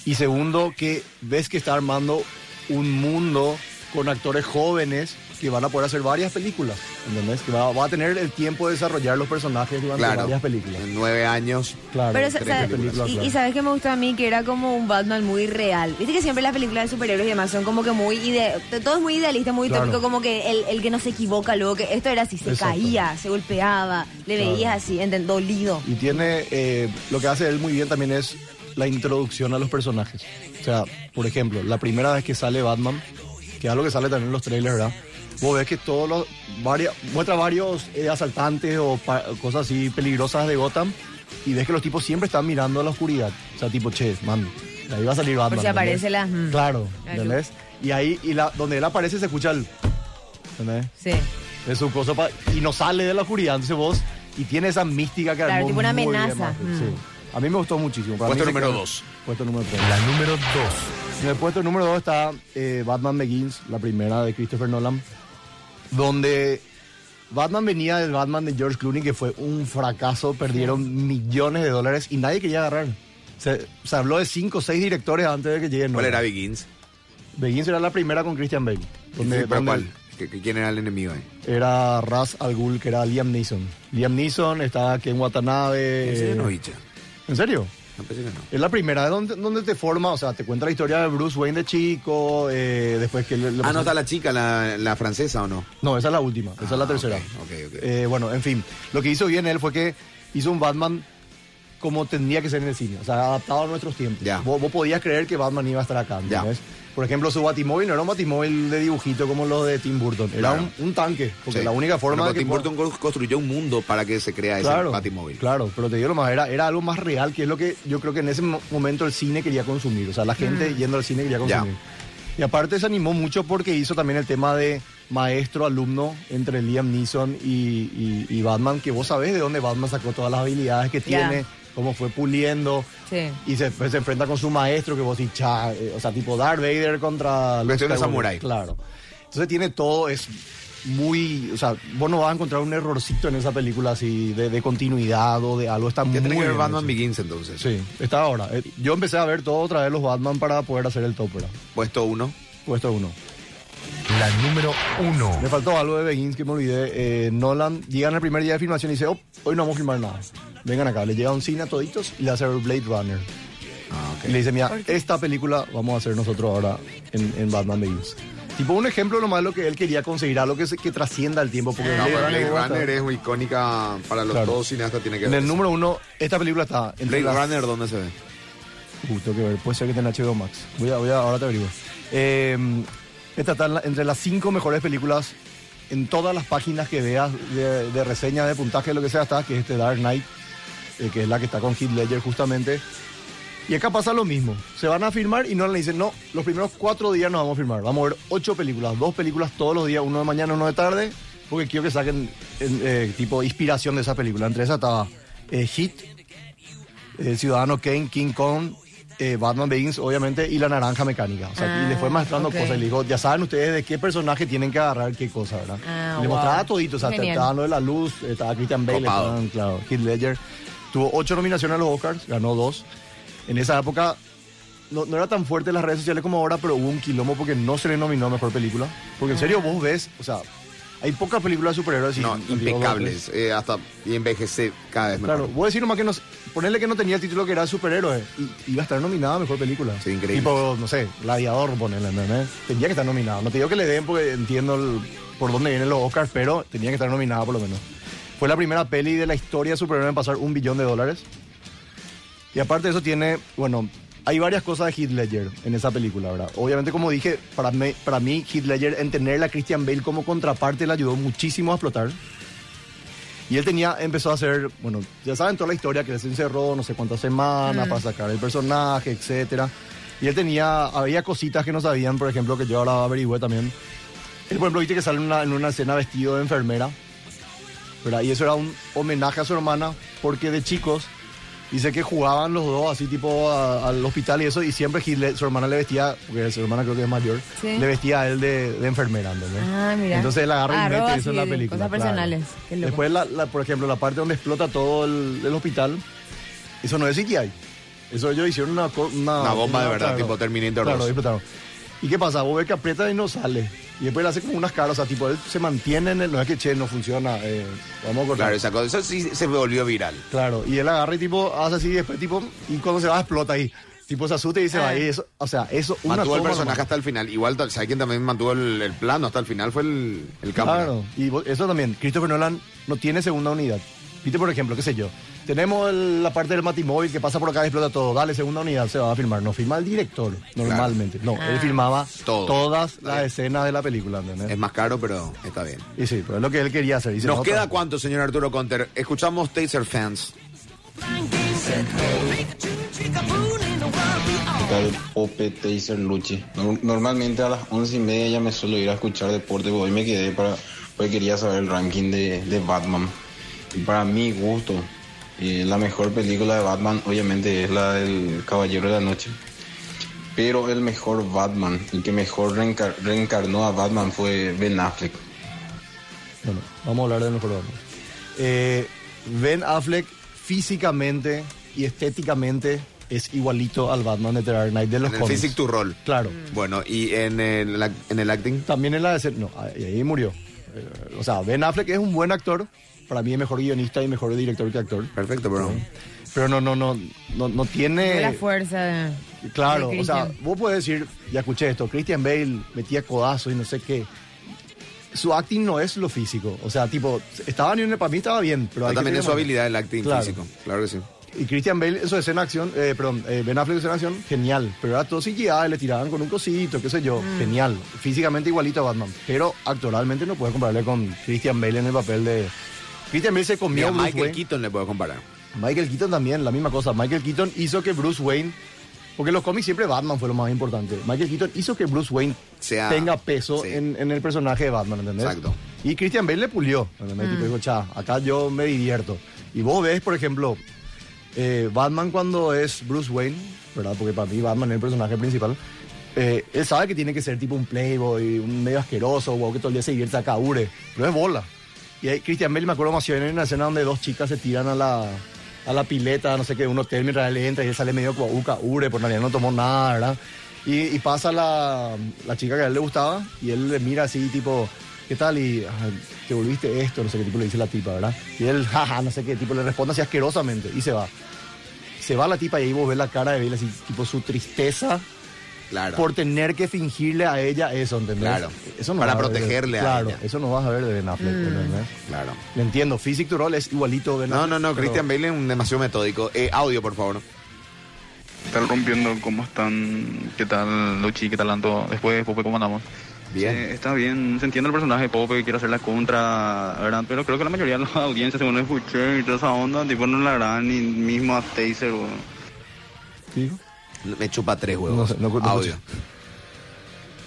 Speaker 3: Y segundo, que ves que está armando un mundo con actores jóvenes que van a poder hacer varias películas, ¿entendés? Que va, va a tener el tiempo de desarrollar los personajes durante
Speaker 2: Claro,
Speaker 3: varias películas.
Speaker 2: en nueve años.
Speaker 3: Claro.
Speaker 4: Pero,
Speaker 2: tres
Speaker 4: sa- sa-
Speaker 3: películas,
Speaker 4: y,
Speaker 3: claro.
Speaker 4: y sabes que me gustó a mí que era como un Batman muy real. Viste que siempre las películas de superhéroes y demás son como que muy ide todo es muy idealista, muy
Speaker 3: Claro.
Speaker 4: utópico, como que el, el que no se equivoca, luego que esto era así, se
Speaker 3: Exacto.
Speaker 4: caía, se golpeaba, le
Speaker 3: Claro.
Speaker 4: veías así, enten- dolido.
Speaker 3: Y tiene, eh, lo que hace él muy bien también es la introducción a los personajes. O sea, por ejemplo, la primera vez que sale Batman, que es algo que sale también en los trailers, ¿verdad? Vos ves que todos los, varias, muestra varios eh, asaltantes o pa- cosas así peligrosas de Gotham y ves que los tipos siempre están mirando a la oscuridad. O sea, tipo, che, man, de ahí va a salir Batman.
Speaker 4: si aparece
Speaker 3: ¿entendés?
Speaker 4: la- mm.
Speaker 3: Claro,
Speaker 4: La luz.
Speaker 3: ¿entendés? Y ahí, y la, donde él aparece se escucha el... ¿Entendés?
Speaker 4: Sí.
Speaker 3: Es un cosa pa- y no sale de la oscuridad, entonces vos y tiene esa mística que
Speaker 4: Claro,
Speaker 3: armó
Speaker 4: tipo una
Speaker 3: muy bien
Speaker 4: amenaza.
Speaker 3: Marvel,
Speaker 4: Mm.
Speaker 3: sí. A mí me gustó muchísimo. Para
Speaker 2: Puesto
Speaker 3: mí se
Speaker 2: número
Speaker 3: queda-
Speaker 2: dos.
Speaker 3: Puesto número 3.
Speaker 5: La número 2.
Speaker 3: En el puesto número 2 está eh, Batman Begins, la primera de Christopher Nolan, donde Batman venía del Batman de George Clooney, que fue un fracaso, perdieron millones de dólares y nadie quería agarrar. Se, se habló de 5 o 6 directores antes de que lleguen.
Speaker 2: ¿Cuál
Speaker 3: Nolan.
Speaker 2: era Begins?
Speaker 3: Begins era la primera con Christian Bale. donde-
Speaker 2: Sí, pero
Speaker 3: donde-
Speaker 2: ¿cuál? ¿Que- que ¿Quién era el enemigo ahí?
Speaker 3: era Raz Al Ghul, que era Liam Neeson. Liam Neeson, estaba Ken Watanabe.
Speaker 2: ¿En serio no, bicha?
Speaker 3: ¿En serio?
Speaker 2: No pensé que no.
Speaker 3: Es la primera donde, donde te forma, o sea, te cuenta la historia de Bruce Wayne de chico, eh, después que... le- le
Speaker 2: Ah, no
Speaker 3: pasó-
Speaker 2: está la chica, la, la francesa o no.
Speaker 3: No, esa es la última, esa es la
Speaker 2: Ah,
Speaker 3: tercera.
Speaker 2: ok, ok, ok.
Speaker 3: Eh, bueno, en fin, lo que hizo bien él fue que hizo un Batman como tendría que ser en el cine, o sea, adaptado a nuestros tiempos.
Speaker 2: Ya.
Speaker 3: Vos, vos podías creer que Batman iba a estar acá,
Speaker 2: Ya.
Speaker 3: ¿entendés? Por ejemplo, su Batimóvil no era un Batimóvil de dibujito como los de Tim Burton, era
Speaker 2: Claro.
Speaker 3: un, un tanque, porque
Speaker 2: Sí.
Speaker 3: la única forma
Speaker 2: Bueno,
Speaker 3: de
Speaker 2: pero
Speaker 3: que
Speaker 2: Tim
Speaker 3: pueda-
Speaker 2: Burton cons- construyó un mundo para que se crea ese Batimóvil.
Speaker 3: Claro, pero te digo lo más, era, era algo más real, que es lo que yo creo que en ese mo- momento el cine quería consumir. O sea, la gente
Speaker 4: Mm.
Speaker 3: yendo al cine quería consumir. Y aparte se animó mucho porque hizo también el tema de maestro-alumno entre Liam Neeson y, y- y Batman, que vos sabés de dónde Batman sacó todas las habilidades que
Speaker 4: Ya.
Speaker 3: tiene, cómo fue puliendo.
Speaker 4: Sí.
Speaker 3: Y se, pues, se enfrenta con su maestro, que vos decís, "Cha", eh, o sea, tipo Darth Vader contra... Luke
Speaker 2: Versión de
Speaker 3: Skywalker.
Speaker 2: samurái.
Speaker 3: Claro. Entonces tiene todo, es muy, o sea, vos no vas a encontrar un errorcito en esa película así de, de continuidad o de algo. Está muy
Speaker 2: Ya tenés que ver
Speaker 3: bien
Speaker 2: Batman
Speaker 3: hecho.
Speaker 2: Begins entonces.
Speaker 3: Sí, está ahora. Eh, Yo empecé a ver todo otra vez los Batman para poder hacer el top, ¿verdad?
Speaker 2: Puesto uno.
Speaker 3: Puesto uno.
Speaker 5: La número uno.
Speaker 3: Me faltó algo de Begins que me olvidé. Eh, Nolan llegan el primer día de filmación y dice, oh, hoy no vamos a filmar nada. Vengan acá, le llega un cine a toditos y le hace Blade Runner.
Speaker 2: Ah,
Speaker 3: Y le dice, mira, esta película vamos a hacer nosotros ahora en, en Batman Begins. Tipo un ejemplo nomás de lo que él quería conseguir, algo que, se- que trascienda el tiempo. Porque
Speaker 2: No,
Speaker 3: Blade
Speaker 2: pero Blade
Speaker 3: Runner está-
Speaker 2: Runner es muy icónica para los
Speaker 3: Claro.
Speaker 2: dos cineastas. Tiene que
Speaker 3: En
Speaker 2: ver
Speaker 3: el
Speaker 2: eso.
Speaker 3: número uno, esta película está...
Speaker 2: Blade
Speaker 3: entre las-
Speaker 2: Runner, ¿dónde se ve?
Speaker 3: Uh, tengo que ver, puede ser que tenga HBO Max. Voy a, voy a, ahora te averiguo. Eh, esta está en la- entre las cinco mejores películas en todas las páginas que veas de, de reseñas, de puntaje, lo que sea, está, que es este Dark Knight, eh, que es la que está con Heath Ledger justamente. Y acá pasa lo mismo. Se van a firmar y no le dicen, no, los primeros cuatro días nos vamos a firmar. Vamos a ver ocho películas, dos películas todos los días, uno de mañana, uno de tarde, porque quiero que saquen en- eh, tipo inspiración de esa película. Entre esas estaba eh, Hit, eh, Ciudadano Kane, King Kong, eh, Batman Begins, obviamente, y La Naranja Mecánica. O sea,
Speaker 4: Ah,
Speaker 3: y le fue mostrando
Speaker 4: ok.
Speaker 3: cosas. Y le dijo, ya saben ustedes de qué personaje tienen que agarrar qué cosa, ¿verdad?
Speaker 4: Ah,
Speaker 3: Y le
Speaker 4: wow.
Speaker 3: mostraba todito, o sea,
Speaker 4: Genial.
Speaker 3: estaba lo de la luz, estaba Christian Bale,
Speaker 2: Copado.
Speaker 3: estaban, claro, Heath Ledger. Tuvo ocho nominaciones a los Oscars, ganó dos. En esa época no, no era tan fuerte las redes sociales como ahora, pero hubo un quilombo porque no se le nominó a mejor película. Porque en serio vos ves, o sea, hay pocas películas de superhéroes. y-
Speaker 2: no,
Speaker 3: digo,
Speaker 2: impecables. eh, hasta y envejece cada vez mejor.
Speaker 3: Claro, voy a decir nomás que no. Ponerle que no tenía el título que era superhéroe. Y, iba a estar nominada a mejor película.
Speaker 2: Sí, increíble.
Speaker 3: Tipo, no sé, Gladiador, ponerle, ¿entendés? Tenía que estar nominado. No te digo que le den porque entiendo el- por dónde vienen los Oscars, pero tenía que estar nominada por lo menos. Fue la primera peli de la historia de superhéroe en pasar un billón de dólares. Y aparte de eso tiene, bueno, hay varias cosas de Heath Ledger en esa película, ¿verdad? Obviamente, como dije, para mí, para mí Heath Ledger en tener a Christian Bale como contraparte le ayudó muchísimo a explotar. Y él tenía, empezó a hacer, bueno, ya saben toda la historia, que él se encerró no sé cuántas semanas para sacar el personaje, etcétera. Y él tenía, había cositas que no sabían, por ejemplo, que yo ahora averigüé también. Él, por ejemplo, viste que sale en una- en una escena vestido de enfermera. ¿verdad? Y eso era un homenaje a su hermana, porque de chicos, dice que jugaban los dos así tipo a- al hospital y eso, y siempre Heath Led- su hermana le vestía, porque su hermana creo que es mayor,
Speaker 6: Sí.
Speaker 3: le vestía a él de, de enfermera, ¿entendés?
Speaker 6: Ah, mira.
Speaker 3: Entonces él agarra
Speaker 6: Ah,
Speaker 3: y mete
Speaker 6: roba
Speaker 3: eso en
Speaker 6: así
Speaker 3: la
Speaker 6: de
Speaker 3: película.
Speaker 6: cosas
Speaker 3: claro.
Speaker 6: personales. Qué loco.
Speaker 3: Después, la- la- por ejemplo, la parte donde explota todo el, el hospital, eso no es CGI. Eso ellos hicieron una... co- Una,
Speaker 2: Una bomba de verdad, tipo Terminator
Speaker 3: Claro,
Speaker 2: dos.
Speaker 3: explotaron. ¿Y qué pasa? Vos ves que aprieta y no sale. Y después le hace como unas caras, o sea, tipo, él se mantiene en el... No es que, che, no funciona, eh, vamos a cortar.
Speaker 2: Claro, esa cosa. Eso sí se volvió viral.
Speaker 3: Claro, y él agarra y tipo hace así, y después tipo, y cuando se va explota ahí. Tipo se asusta y
Speaker 6: Ah.
Speaker 3: se va. Y eso, o sea, eso una
Speaker 2: Mantuvo el
Speaker 3: toma
Speaker 2: personaje
Speaker 3: nomás.
Speaker 2: hasta el final. Igual, ¿sabes quién también mantuvo el, el plano hasta el final? Fue el, el cámara.
Speaker 3: Claro, y vo- eso también. Christopher Nolan no tiene segunda unidad. Viste, por ejemplo, qué sé yo. Tenemos el- la parte del Matimóvil que pasa por acá y explota todo. Dale, segunda unidad, se va a filmar. No filma el director, normalmente. No, él filmaba
Speaker 2: Todo.
Speaker 3: todas
Speaker 2: Está
Speaker 3: las
Speaker 2: bien.
Speaker 3: escenas de la película, ¿entendés?
Speaker 2: Es más caro, pero está bien.
Speaker 3: Y sí, pero es lo que él quería hacer. y se
Speaker 2: ¿Nos
Speaker 3: nota.
Speaker 2: queda cuánto, señor Arturo Conter? Escuchamos Taser Fans.
Speaker 7: Tal Pope Taser Luchi. Nor- Normalmente a las once y media ya me suelo ir a escuchar deporte, pero hoy me quedé para, porque quería saber el ranking de, de Batman. Y para mi gusto, eh, la mejor película de Batman obviamente es la del Caballero de la Noche. Pero el mejor Batman, el que mejor reencar- reencarnó a Batman fue Ben Affleck.
Speaker 3: Bueno, vamos a hablar de mejor Batman. Eh, ben Affleck físicamente y estéticamente es igualito al Batman de The Dark Knight de los
Speaker 2: En el
Speaker 3: cómics.
Speaker 2: Physic to Roll.
Speaker 3: Claro.
Speaker 2: Bueno, y en el, ac- en el acting.
Speaker 3: También en la de ser- no, ahí ahí murió. Eh, o sea, Ben Affleck es un buen actor, para mí es mejor guionista y mejor director que actor.
Speaker 2: Perfecto, bro.
Speaker 3: Pero no, no, no, no, no tiene.
Speaker 6: la fuerza. de-
Speaker 3: Claro,
Speaker 6: de
Speaker 3: o sea,
Speaker 6: Christian.
Speaker 3: vos podés decir, ya escuché esto, Christian Bale metía codazo y no sé qué. Su acting no es lo físico. O sea, tipo, estaba ni para mí estaba bien,
Speaker 2: Pero
Speaker 3: pero hay que
Speaker 2: Ah, también
Speaker 3: tener
Speaker 2: es su
Speaker 3: más.
Speaker 2: habilidad el acting
Speaker 3: Claro.
Speaker 2: físico. Claro que sí.
Speaker 3: Y Christian Bale, eso de escena de acción, eh, perdón, eh, Ben Affleck de escena de acción, genial. Pero era todo CGI, le tiraban con un cosito, qué sé yo, genial. Físicamente igualito a Batman. Pero actoralmente no puedes compararle con Christian Bale en el papel de. Christian Bale se
Speaker 2: Ni
Speaker 3: comió
Speaker 2: a
Speaker 3: a Bruce
Speaker 2: Michael
Speaker 3: Wayne.
Speaker 2: Keaton le puedo comparar.
Speaker 3: Michael Keaton también, la misma cosa. Michael Keaton hizo que Bruce Wayne. Porque en los cómics siempre Batman fue lo más importante. Michael Keaton hizo que Bruce Wayne
Speaker 2: Sea-
Speaker 3: tenga peso
Speaker 2: sí.
Speaker 3: en, en el personaje de Batman, ¿entendés?
Speaker 2: Exacto.
Speaker 3: Y Christian Bale le pulió. ¿entendés? Tipo, dijo, "Cha, acá yo me divierto. Y vos ves, por ejemplo, eh, Batman cuando es Bruce Wayne, ¿verdad? Porque para mí Batman es el personaje principal. eh, él sabe que tiene que ser tipo un playboy, un medio asqueroso, guau, que todo el día se divierte a caure. No es bola. Y ahí Christian Bale, me acuerdo más, en una escena donde dos chicas se tiran a la, a la pileta, no sé qué, un hotel mientras él entra y él sale medio guau, caure, por realidad no tomó nada, ¿verdad? Y, y pasa la, la chica que a él le gustaba y él le mira así, tipo, ¿qué tal? Y "Ah, te volviste esto, no sé qué tipo le dice la tipa, ¿verdad? Y él, jaja, no sé qué tipo le responde así asquerosamente y se va. Se va la tipa y ahí vos ves la cara de Bale así, tipo su tristeza
Speaker 2: Claro.
Speaker 3: por tener que fingirle a ella eso, ¿entendés?
Speaker 2: Claro.
Speaker 3: Eso
Speaker 2: Para
Speaker 3: vas ver de-
Speaker 2: protegerle a
Speaker 3: claro,
Speaker 2: ella.
Speaker 3: eso no vas a ver de Ben Affleck, ¿entendés?
Speaker 2: Claro.
Speaker 3: Le entiendo, Physic to Roll es igualito Ben
Speaker 2: No,
Speaker 3: Affleck,
Speaker 2: no, no,
Speaker 3: pero-
Speaker 2: Christian Bale es un demasiado metódico. Eh, audio, por favor.
Speaker 6: están rompiendo, ¿cómo están? ¿Qué tal Luchi? ¿Qué tal Anto? Después, Pope, ¿cómo andamos?
Speaker 2: Bien.
Speaker 6: Eh, está bien, se entiende el personaje de Pope que quiere hacer la contra, ¿verdad? Pero creo que la mayoría de las audiencias, según escuché y toda esa onda, tipo no la harán ni mismo a Taser, weón.
Speaker 3: ¿Sí?
Speaker 2: Me chupa tres huevos.
Speaker 3: No sé, no cu- no
Speaker 2: audio.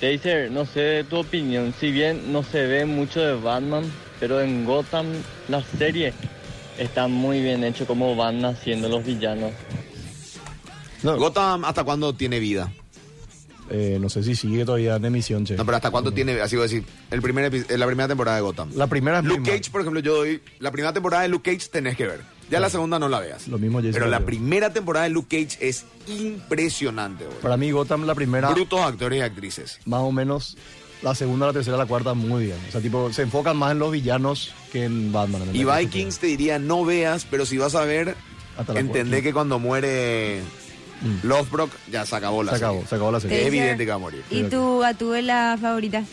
Speaker 8: Taser, no sé tu opinión, si bien no se ve mucho de Batman, pero en Gotham la serie está muy bien hecho como van naciendo los villanos.
Speaker 3: No,
Speaker 2: Gotham, ¿hasta cuándo tiene vida?
Speaker 3: eh, no sé si sigue todavía en emisión, che.
Speaker 2: No, pero ¿hasta cuándo tiene, así voy a decir, el primer epi- eh, la primera temporada de Gotham?
Speaker 3: La primera es
Speaker 2: Luke
Speaker 3: prima.
Speaker 2: Cage, por ejemplo, yo doy, la primera temporada de Luke Cage tenés que ver. Ya la segunda no la veas.
Speaker 3: Lo mismo Jessica
Speaker 2: Pero la
Speaker 3: Biel.
Speaker 2: primera temporada de Luke Cage es impresionante, güey.
Speaker 3: Para mí Gotham la primera,
Speaker 2: Brutos actores y actrices.
Speaker 3: más o menos, la segunda, la tercera, la cuarta, muy bien. O sea, tipo, se enfocan más en los villanos que en Batman. ¿entendés?
Speaker 2: Y Vikings te diría, no veas, pero si vas a ver,
Speaker 3: Hasta la
Speaker 2: entendé
Speaker 3: cuarta. Mm.
Speaker 2: que cuando muere Lovebrock, ya se acabó la
Speaker 3: Se acabó,
Speaker 2: serie.
Speaker 3: se acabó la
Speaker 4: Eh.
Speaker 3: serie.
Speaker 2: Es evidente que va a morir.
Speaker 4: ¿Y tu gatúbela favorita?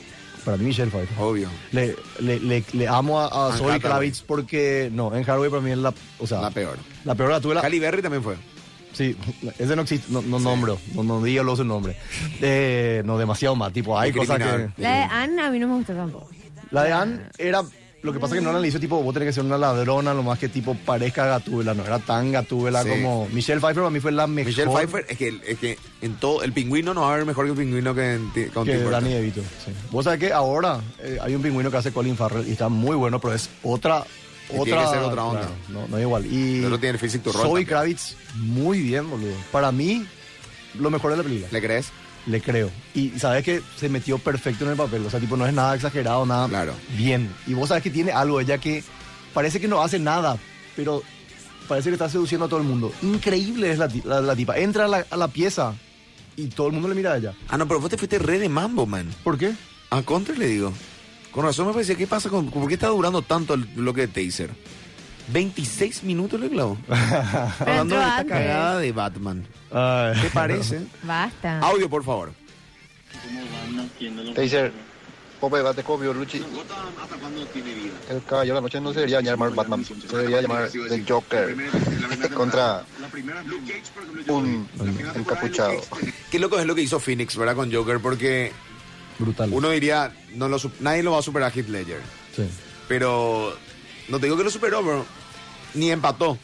Speaker 3: Para mí Michelle Pfeiffer.
Speaker 2: Obvio.
Speaker 3: Le, le, le, le amo a, a
Speaker 2: Oh. Anne
Speaker 3: Zoe
Speaker 2: Hathaway.
Speaker 3: Kravitz porque, no, en Hathaway para mí es la, o sea,
Speaker 2: La peor.
Speaker 3: La peor la tuve la...
Speaker 2: Halle Berry también fue.
Speaker 3: Sí, ese no existe, no, no nombro, no, no digo luego su nombre. Eh, no, demasiado mal, tipo, hay
Speaker 2: Un
Speaker 3: cosas que...
Speaker 2: criminal.
Speaker 4: La de Anne a mí no me gusta tampoco.
Speaker 3: La de Anne era, lo que pasa es que Nolan le hizo tipo, vos tenés que ser una ladrona, lo más que tipo parezca Gatúbela, no era tan Gatúbela
Speaker 2: Sí.
Speaker 3: como... Michelle Pfeiffer para mí fue la mejor
Speaker 2: Michelle Pfeiffer, es que, es que en todo, el pingüino no va a ver mejor que el pingüino que en ti- con
Speaker 3: que
Speaker 2: Tim Burton.
Speaker 3: Danny DeVito. sí. Vos sabés que ahora eh, hay un pingüino que hace Colin Farrell y está muy bueno, pero es otra...
Speaker 2: Y
Speaker 3: otra
Speaker 2: tiene que ser otra onda.
Speaker 3: claro, no, no es igual. Y
Speaker 2: El otro tiene el Physic to Roll
Speaker 3: Zoe
Speaker 2: también.
Speaker 3: Kravitz, muy bien, boludo. Para mí, lo mejor de la película.
Speaker 2: ¿Le crees?
Speaker 3: Le creo. Y sabes que se metió perfecto en el papel. O sea, tipo, no es nada exagerado, nada.
Speaker 2: Claro.
Speaker 3: Bien. Y vos sabes que tiene algo ella que parece que no hace nada, pero parece que está seduciendo a todo el mundo. Increíble es la, ti- la- la tipa. Entra a la, a la pieza y todo el mundo le mira a ella.
Speaker 2: Ah, no, pero vos te fuiste re de mambo, man.
Speaker 3: ¿Por qué?
Speaker 2: A Contra le digo. Con razón me parecía, ¿qué pasa? Con, ¿Por qué está durando tanto el bloque de Taser? 26 minutos le clavo. Hablando de esta
Speaker 4: antes.
Speaker 2: cagada de Batman. ¿Qué
Speaker 3: [laughs]
Speaker 2: parece?
Speaker 4: Basta.
Speaker 2: Audio, por favor.
Speaker 9: Taser, Pope de Bate Copio, Luchi. El caballo de la noche no se debería llamar Batman, se debería llamar The Joker. Contra un encapuchado.
Speaker 2: Qué loco es lo que hizo Phoenix, ¿verdad? Con Joker, porque
Speaker 3: Brutal.
Speaker 2: uno diría, no lo, sup- nadie lo va a superar a Heath Ledger.
Speaker 3: Sí.
Speaker 2: Pero no te digo que lo superó, pero ni empató.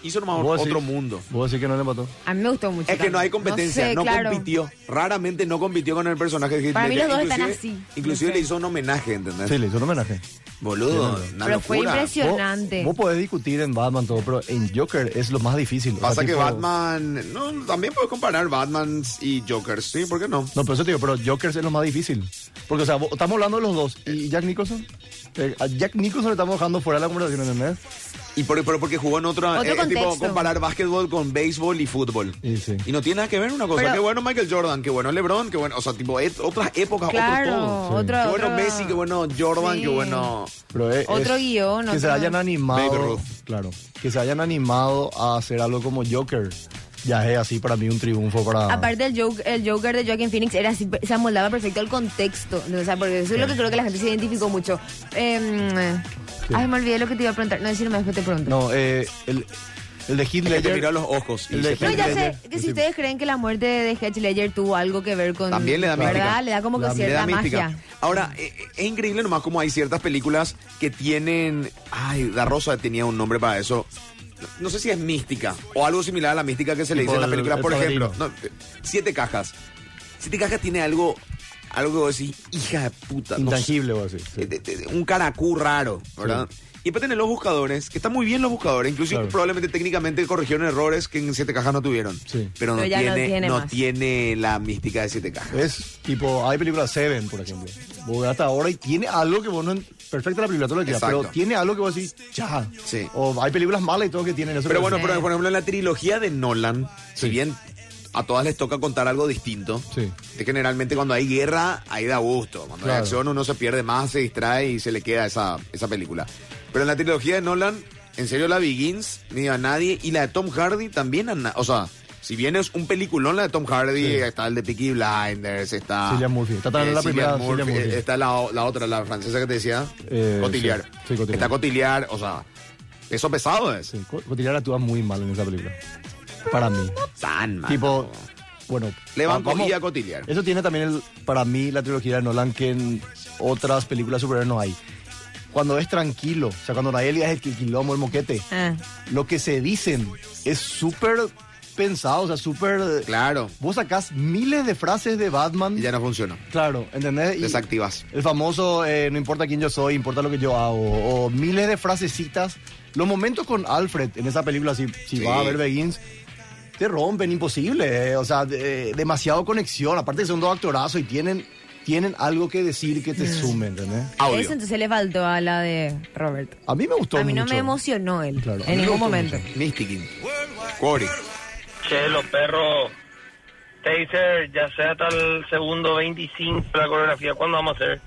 Speaker 2: Hizo nomás
Speaker 3: ¿Vos
Speaker 2: otro
Speaker 3: decís-
Speaker 2: mundo.
Speaker 3: ¿Vos decís que no le mató?
Speaker 4: A mí me gustó mucho.
Speaker 2: Es que no hay
Speaker 4: también.
Speaker 2: competencia, no,
Speaker 4: sé, claro.
Speaker 2: compitió. Raramente no compitió con el personaje de Heath
Speaker 4: Para mí
Speaker 2: Ledger.
Speaker 4: los dos están
Speaker 2: Inclusive-
Speaker 4: así.
Speaker 2: Inclusive
Speaker 4: No
Speaker 2: le
Speaker 4: sé.
Speaker 2: hizo un homenaje, ¿entendés?
Speaker 3: Sí, le hizo un homenaje.
Speaker 2: Boludo, una
Speaker 4: Pero
Speaker 2: locura.
Speaker 4: fue impresionante.
Speaker 3: Vos, vos podés discutir en Batman todo, pero en Joker es lo más difícil. O sea,
Speaker 2: Pasa que
Speaker 3: tipo-
Speaker 2: Batman... No, también puedes comparar Batman y Joker, sí, ¿por qué no?
Speaker 3: No, pero eso te digo, pero Joker es lo más difícil. Porque, o sea, vos- estamos hablando de los dos. ¿Y Jack Nicholson? Eh, a Jack Nicholson le estamos dejando fuera de la conversación, ¿entendés?
Speaker 2: Y por, pero porque jugó en otra...
Speaker 4: Otro
Speaker 2: eh, es tipo
Speaker 4: contexto.
Speaker 2: comparar básquetbol con béisbol y fútbol.
Speaker 3: Y sí.
Speaker 2: Y no tiene nada que ver una cosa.
Speaker 4: Pero-
Speaker 2: qué bueno Michael Jordan, qué bueno LeBron, qué bueno... O sea, tipo, et- otras épocas,
Speaker 4: Claro,
Speaker 2: otro todo.
Speaker 4: otro-
Speaker 2: Qué bueno
Speaker 4: otro-
Speaker 2: Messi, qué bueno Jordan,
Speaker 4: Sí.
Speaker 2: qué bueno...
Speaker 3: Pero es-
Speaker 4: Otro
Speaker 3: es
Speaker 4: guión,
Speaker 3: Que
Speaker 4: otro-
Speaker 3: se hayan animado.
Speaker 2: Babe Ruth.
Speaker 3: Claro. Que se hayan animado a hacer algo como Joker. Ya es así para mí un triunfo para.
Speaker 4: Aparte el Joker, el Joker de Joaquin Phoenix era así, se amoldaba perfecto al contexto. ¿no? O sea, porque eso es lo que creo que la gente se identificó mucho. Eh, Ay, me olvidé lo que te iba a preguntar. No, decirme después te pregunto.
Speaker 3: No, eh, el, el de Heath
Speaker 2: Es que te miró a
Speaker 3: Ledger.
Speaker 2: los ojos. y
Speaker 3: El
Speaker 2: se
Speaker 3: de
Speaker 4: No,
Speaker 2: pegó.
Speaker 3: Heath
Speaker 4: ya
Speaker 3: Ledger.
Speaker 4: sé que si ustedes creen que la muerte de Heath Ledger tuvo algo que ver con...
Speaker 2: También le da
Speaker 4: ¿verdad?
Speaker 2: mística.
Speaker 4: Le da como que
Speaker 2: Le da
Speaker 4: cierta
Speaker 2: mística.
Speaker 4: magia.
Speaker 2: Ahora, eh, eh, es increíble nomás como hay ciertas películas que tienen... Ay, La Rosa tenía un nombre para eso. No sé si es mística o algo similar a la mística que se le
Speaker 3: Tipo
Speaker 2: dice en las
Speaker 3: el-
Speaker 2: películas.
Speaker 3: el
Speaker 2: Por
Speaker 3: Padrino.
Speaker 2: ejemplo, no, eh, Siete Cajas. Siete Cajas tiene algo... Algo que vos decís, hija de puta. no sé.
Speaker 3: Intangible, voy a decir. sí.
Speaker 2: Eh, de- de- de- un caracú raro, ¿verdad? Y después tenés los buscadores, que están muy bien los buscadores, incluso
Speaker 3: Claro.
Speaker 2: probablemente técnicamente corrigieron errores que en siete cajas no tuvieron.
Speaker 3: Sí.
Speaker 2: Pero no
Speaker 4: Pero ya no
Speaker 2: tiene,
Speaker 4: tiene
Speaker 2: no
Speaker 4: más.
Speaker 2: tiene la mística de siete cajas.
Speaker 3: Es tipo, hay películas Seven, por ejemplo. Vos ves hasta ahora y tiene algo que vos no. en- Perfecta la película, todo lo que quieras,
Speaker 2: Exacto.
Speaker 3: pero tiene algo que vos decís, ya.
Speaker 2: Sí.
Speaker 3: O hay películas malas y todo que tienen eso.
Speaker 2: Pero bueno, por, por ejemplo, en la trilogía de Nolan, si bien a todas les toca contar algo distinto,
Speaker 3: Sí.
Speaker 2: es generalmente cuando hay guerra, ahí da gusto. Cuando hay
Speaker 3: Claro.
Speaker 2: acción, uno se pierde más, se distrae y se le queda esa, esa película. Pero en la trilogía de Nolan, en serio, la Begins, ni a nadie, y la de Tom Hardy también, a na- o sea... Si bien es un peliculón la de Tom Hardy,
Speaker 3: Sí.
Speaker 2: está el de Peaky Blinders, está... eh,
Speaker 3: Cillian Murphy. Está también la
Speaker 2: Cillian
Speaker 3: primera, Cillian Murphy.
Speaker 2: eh, Está la, la otra, la francesa que te decía.
Speaker 3: Eh,
Speaker 2: Cotillard.
Speaker 3: sí, sí, Cotillard.
Speaker 2: Está Cotillard, o sea, eso pesado es.
Speaker 3: Sí, Co- Cotillard actúa muy mal en esa película. Para mí.
Speaker 2: Tan mal.
Speaker 3: Tipo, bueno.
Speaker 2: Le
Speaker 3: va-
Speaker 2: van cogida a Cotillard.
Speaker 3: Eso tiene también, el, para mí, la trilogía de Nolan que en otras películas superiores no hay. Cuando es tranquilo, o sea, cuando nadie le hace el quilombo, el moquete,
Speaker 4: Ah.
Speaker 3: lo que se dicen es súper pensado, o sea, súper...
Speaker 2: Claro.
Speaker 3: Vos sacás miles de frases de Batman.
Speaker 2: Y ya no funciona.
Speaker 3: Claro, ¿entendés? Y
Speaker 2: Desactivas.
Speaker 3: El famoso, eh, no importa quién yo soy, importa lo que yo hago. O miles de frasecitas. Los momentos con Alfred en esa película, si, si
Speaker 2: Sí.
Speaker 3: vas a ver Begins, te rompen, imposible. eh, o sea, de- demasiado conexión. Aparte que son dos actorazos y tienen, tienen algo que decir que te sume, ¿entendés?
Speaker 2: Audio.
Speaker 4: Eso entonces le faltó a la de Robert.
Speaker 3: A mí me gustó
Speaker 4: A mí no
Speaker 3: mucho.
Speaker 4: me emocionó él
Speaker 3: Claro, a mí
Speaker 4: en
Speaker 3: me
Speaker 4: ningún
Speaker 3: gustó
Speaker 4: momento.
Speaker 2: Mystikin. Cory.
Speaker 8: Che, los perros. Taser, ya sea hasta el segundo 25 la coreografía, ¿cuándo vamos a hacer?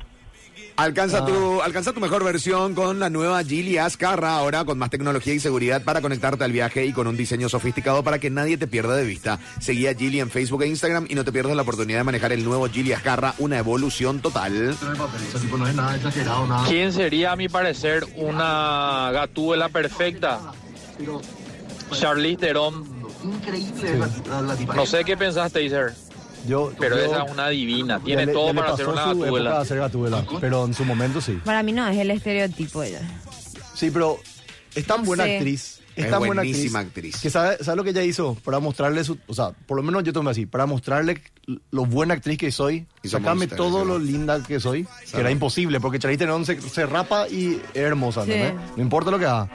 Speaker 2: Alcanza, tu, alcanza tu mejor versión con la nueva Geely Ascarra, ahora con más tecnología y seguridad para conectarte al viaje y con un diseño sofisticado para que nadie te pierda de vista. Seguí a Geely en Facebook e Instagram y no te pierdas la oportunidad de manejar el nuevo Geely Ascarra, una evolución total.
Speaker 3: no es nada exagerado, nada.
Speaker 8: ¿Quién sería, a mi parecer, una gatúbela perfecta? Charlize Theron. No sé qué pensaste, Taser,
Speaker 3: Yo,
Speaker 8: pero
Speaker 3: yo-
Speaker 8: esa es una divina.
Speaker 3: ya
Speaker 8: Tiene
Speaker 3: le-
Speaker 8: todo
Speaker 3: ya le
Speaker 8: para hacer
Speaker 3: pasó
Speaker 8: una
Speaker 3: su época de
Speaker 8: gatúbela.
Speaker 3: hacer Gatúbela, Pero en su momento sí.
Speaker 4: Para mí no es el estereotipo ella.
Speaker 3: Sí, pero es tan
Speaker 4: No
Speaker 3: buena
Speaker 4: sé.
Speaker 3: actriz. Es,
Speaker 2: Es
Speaker 3: tan buena actriz.
Speaker 2: buenísima actriz.
Speaker 3: Que sabe, sabe lo que ella hizo para mostrarle su. O sea, por lo menos yo tomé así. Para mostrarle lo buena actriz que soy.
Speaker 2: Hizo
Speaker 3: Sacarme
Speaker 2: Monster,
Speaker 3: todo
Speaker 2: ¿no?
Speaker 3: lo linda que soy. Que era imposible, porque Charlize Theron se, se rapa y es hermosa,
Speaker 4: Sí.
Speaker 3: ¿entendés? ¿no? importa lo que haga.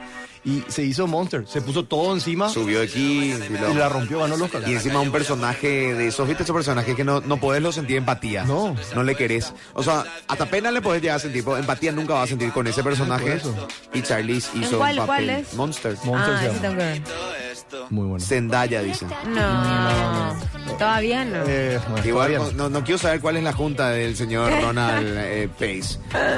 Speaker 3: Y se hizo Monster. Se puso todo encima
Speaker 2: Subió aquí. Ah. Y,
Speaker 3: y
Speaker 2: lo-
Speaker 3: la rompió, ganó el Oscar.
Speaker 2: Y encima un personaje de esos, ¿viste? Esos personajes que no, no podés lo sentir empatía.
Speaker 3: No.
Speaker 2: No le querés. O sea, hasta pena le podés llegar a sentir. porque Empatía nunca vas a sentir con ese personaje.
Speaker 3: Por eso.
Speaker 2: Y Charlize
Speaker 4: ¿En
Speaker 2: hizo
Speaker 4: cuál-
Speaker 2: un papel.
Speaker 4: cuál es?
Speaker 2: Monster.
Speaker 3: Monster
Speaker 4: ah,
Speaker 3: se
Speaker 4: ese
Speaker 3: llama.
Speaker 4: tengo que ver.
Speaker 3: Muy bueno.
Speaker 2: Zendaya, dicen.
Speaker 4: No, todavía no.
Speaker 3: Eh, bueno,
Speaker 2: Igual
Speaker 3: todavía
Speaker 2: no,
Speaker 3: no.
Speaker 2: no- no quiero saber cuál es la junta del
Speaker 4: [laughs]
Speaker 2: señor Ronald eh, Pace.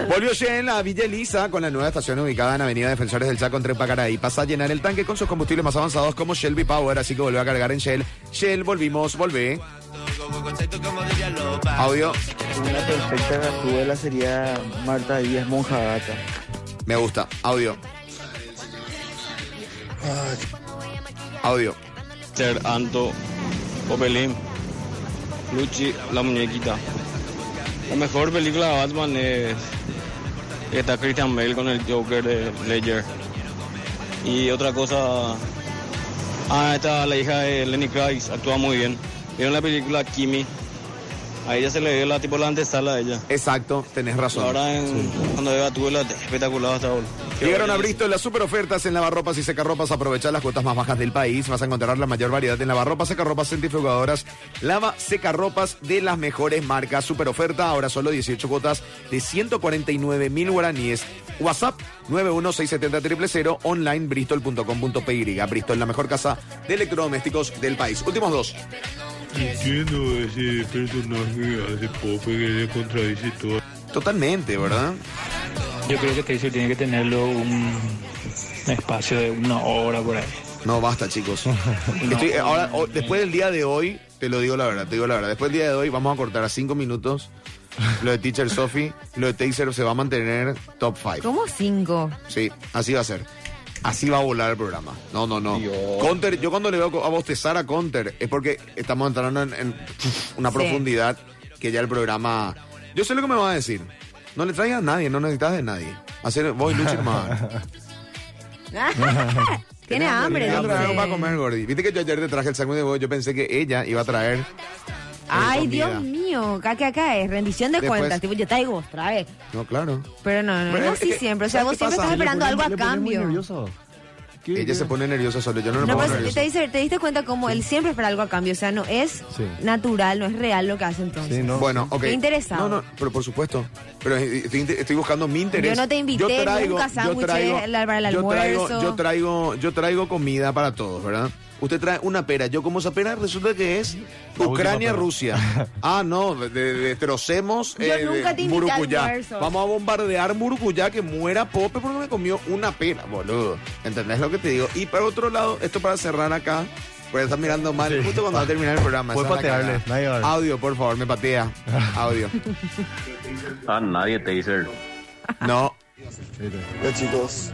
Speaker 2: Volvió Shell a Villa Elisa con la nueva estación ubicada en Avenida Defensores del Chaco entre Pacará y pasa a llenar el tanque con sus combustibles más avanzados como Shelby Power, así que volvió a cargar en Shell. Shell, volvimos, volvé. Audio,
Speaker 8: Una perfecta gatúbela sería Marta Díaz Monja Gata.
Speaker 2: me gusta. Audio. Audio.
Speaker 6: Ter, Anto, Popelín, Luchi, la muñequita. La mejor película de Batman es que está Christian Bale con el Joker de Ledger. Y otra cosa, ah, está la hija de Lenny Kravitz, actúa muy bien. Vieron la película Kimi, a ella se le ve la tipo la antesala de ella.
Speaker 2: Exacto, tenés razón.
Speaker 6: Ahora en, cuando veo a tu espectacular hasta ahora.
Speaker 2: Llegaron a Bristol las super ofertas en lavarropas y secarropas. Aprovecha las cuotas más bajas del país. Vas a encontrar la mayor variedad en lavarropas, secarropas, centrifugadoras, lava, secarropas de las mejores marcas. Super oferta, ahora solo 18 cuotas de 149 mil guaraníes. WhatsApp 91670 online bristol.com.py. Bristol, la mejor casa de electrodomésticos del país. Últimos dos.
Speaker 10: Entiendo ese personaje hace Pope que le contradice todo.
Speaker 2: Totalmente, ¿verdad?
Speaker 8: Yo creo que Taser tiene que tenerlo un espacio de una hora por ahí.
Speaker 2: No, basta, chicos. Estoy- eh, ahora, o- después del día de hoy, te lo digo la verdad, te digo la verdad. Después del día de hoy vamos a cortar a cinco minutos lo de Teacher Sophie, lo de Taser se va a mantener top 5.
Speaker 4: ¿Cómo cinco?
Speaker 2: Sí, así va a ser. Así va a volar el programa. No, no, no. Counter, yo cuando le veo a bostezar a Counter es porque estamos entrando en, en una
Speaker 4: Sí.
Speaker 2: profundidad que ya el programa... Yo sé lo que me va a decir. No le traigas a nadie, no necesitas de nadie. Hacer, voy, lucha, más.
Speaker 4: Tiene
Speaker 2: Tenés
Speaker 4: hambre,
Speaker 2: Tenés
Speaker 4: dice.
Speaker 2: hambre, algo para comer, Gordi. Viste que yo ayer te traje el sándwich de huevo, yo pensé que ella iba a traer
Speaker 4: Ay,
Speaker 2: comida.
Speaker 4: Dios mío, acá que acá es rendición de
Speaker 2: Después-
Speaker 4: cuentas. Tipo, yo traigo, vos traes.
Speaker 2: No, claro.
Speaker 4: Pero no, no,
Speaker 2: Pero
Speaker 4: no
Speaker 2: es
Speaker 4: así
Speaker 2: que-
Speaker 4: siempre. O sea,
Speaker 2: ¿sabes
Speaker 4: vos
Speaker 2: qué
Speaker 4: siempre
Speaker 2: pasa?
Speaker 4: estás esperando algo a
Speaker 3: Le pone muy
Speaker 4: cambio.
Speaker 3: nervioso. ¿Qué-
Speaker 2: Ella
Speaker 3: qué-
Speaker 2: se pone nerviosa solo. Yo no, me
Speaker 4: No,
Speaker 2: pongo
Speaker 4: pero si
Speaker 2: nervioso.
Speaker 4: te, dice- te diste cuenta como él siempre espera algo a cambio. O sea, no es
Speaker 3: Sí.
Speaker 4: natural, no es real lo que hace entonces.
Speaker 3: Sí, no.
Speaker 2: Bueno, ok.
Speaker 4: Qué interesado.
Speaker 2: No, no, pero por supuesto. Pero eh, estoy, inter- estoy buscando mi interés.
Speaker 4: Yo no te invité nunca sándwiches la- para el
Speaker 2: yo traigo-
Speaker 4: almuerzo.
Speaker 2: Yo traigo, yo traigo comida para todos, ¿verdad? Usted trae una pera. Yo como esa pera resulta que es
Speaker 3: última pera.
Speaker 2: Ucrania-Rusia. Ah, no, de- de- destrocemos
Speaker 4: Yo
Speaker 2: eh,
Speaker 4: nunca te invité al
Speaker 2: Murucuyá.
Speaker 4: almuerzo.
Speaker 2: Vamos a bombardear Murucuyá que muera Pope porque me comió una pera, boludo. ¿Entendés lo que te digo? Y para otro lado, esto para cerrar acá. Porque estás mirando mal
Speaker 3: Sí.
Speaker 2: justo cuando va a terminar el programa.
Speaker 3: Puedes
Speaker 2: esa es la
Speaker 3: patearle,
Speaker 2: cagada.
Speaker 3: nadie va a ver.
Speaker 2: Audio, por favor, me
Speaker 3: [laughs]
Speaker 2: patea. Audio.
Speaker 6: A Ah, nadie, Taser.
Speaker 2: No.
Speaker 11: Hola chicos,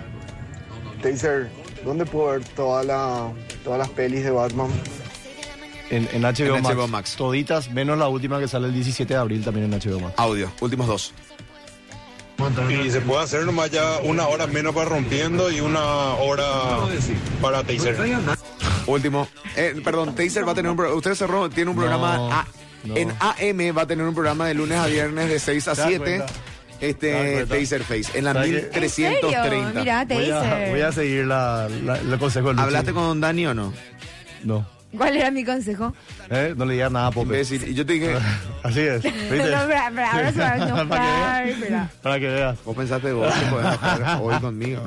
Speaker 11: Taser, ¿dónde puedo ver toda la, todas las pelis de Batman?
Speaker 3: En, en HBO,
Speaker 2: En
Speaker 3: Max,
Speaker 2: HBO Max.
Speaker 3: Toditas, menos la última que sale el 17 de abril también en HBO Max.
Speaker 2: Audio, últimos dos.
Speaker 10: Y se puede hacer nomás ya una hora menos para rompiendo y una hora para Taser.
Speaker 2: Último. Eh, perdón, Taser va a tener un programa. Usted cerró, tiene un programa.
Speaker 3: No,
Speaker 2: a-
Speaker 3: no.
Speaker 2: En AM va a tener un programa de lunes a viernes de 6 a
Speaker 3: ¿Te das
Speaker 2: 7.
Speaker 3: cuenta? das
Speaker 2: Este,
Speaker 3: cuenta?
Speaker 2: Taser Face, en la
Speaker 3: ¿Sabes qué?
Speaker 4: ¿En serio?
Speaker 2: 1330.
Speaker 4: Mirá, te
Speaker 3: Voy a,
Speaker 4: dice.
Speaker 3: voy a seguir la, la- el consejo del Luchi.
Speaker 2: ¿Hablaste con Dani o no?
Speaker 3: No.
Speaker 4: ¿Cuál era mi consejo?
Speaker 3: ¿Eh? No le digas nada, Pope.
Speaker 2: Imbécil. Y yo te dije,
Speaker 3: Así es. ¿viste?
Speaker 4: No, pero, pero ahora se va a
Speaker 3: [laughs] Para
Speaker 4: enojar.
Speaker 3: que
Speaker 4: espera.
Speaker 3: veas. Para que veas.
Speaker 2: vos pensaste vos que podés jugar hoy conmigo.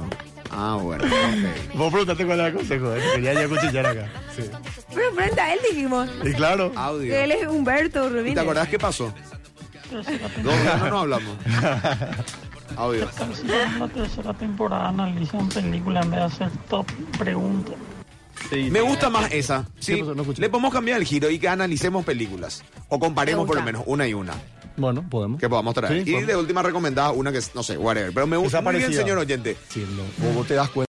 Speaker 2: Ah, bueno. ok.
Speaker 3: Vos preguntaste cuál era el consejo. ¿eh? Quería ya cuchillar acá. Sí.
Speaker 4: Pero frente a él dijimos
Speaker 3: Y claro.
Speaker 2: Audio.
Speaker 4: que él es Humberto
Speaker 2: ¿Y
Speaker 4: Rubín.
Speaker 2: te acordás qué pasó? Dos días no nos hablamos. Audio.
Speaker 8: La tercera temporada analizan películas en vez de hacer top preguntas.
Speaker 2: Me gusta más esa. Sí.
Speaker 3: ¿Qué pasó? No escuché.
Speaker 2: Le podemos cambiar el giro y que analicemos películas. O comparemos
Speaker 4: Me
Speaker 2: por lo
Speaker 4: gusta.
Speaker 2: menos una y una.
Speaker 3: Bueno, podemos.
Speaker 2: Que podamos traer.
Speaker 3: Sí,
Speaker 2: y de
Speaker 3: podemos.
Speaker 2: última recomendada, una que es, no sé, whatever. Pero me
Speaker 3: Esa
Speaker 2: gusta. Muy bien,
Speaker 3: parecida.
Speaker 2: señor oyente.
Speaker 3: Sí, no. Vos- vos te das cuenta.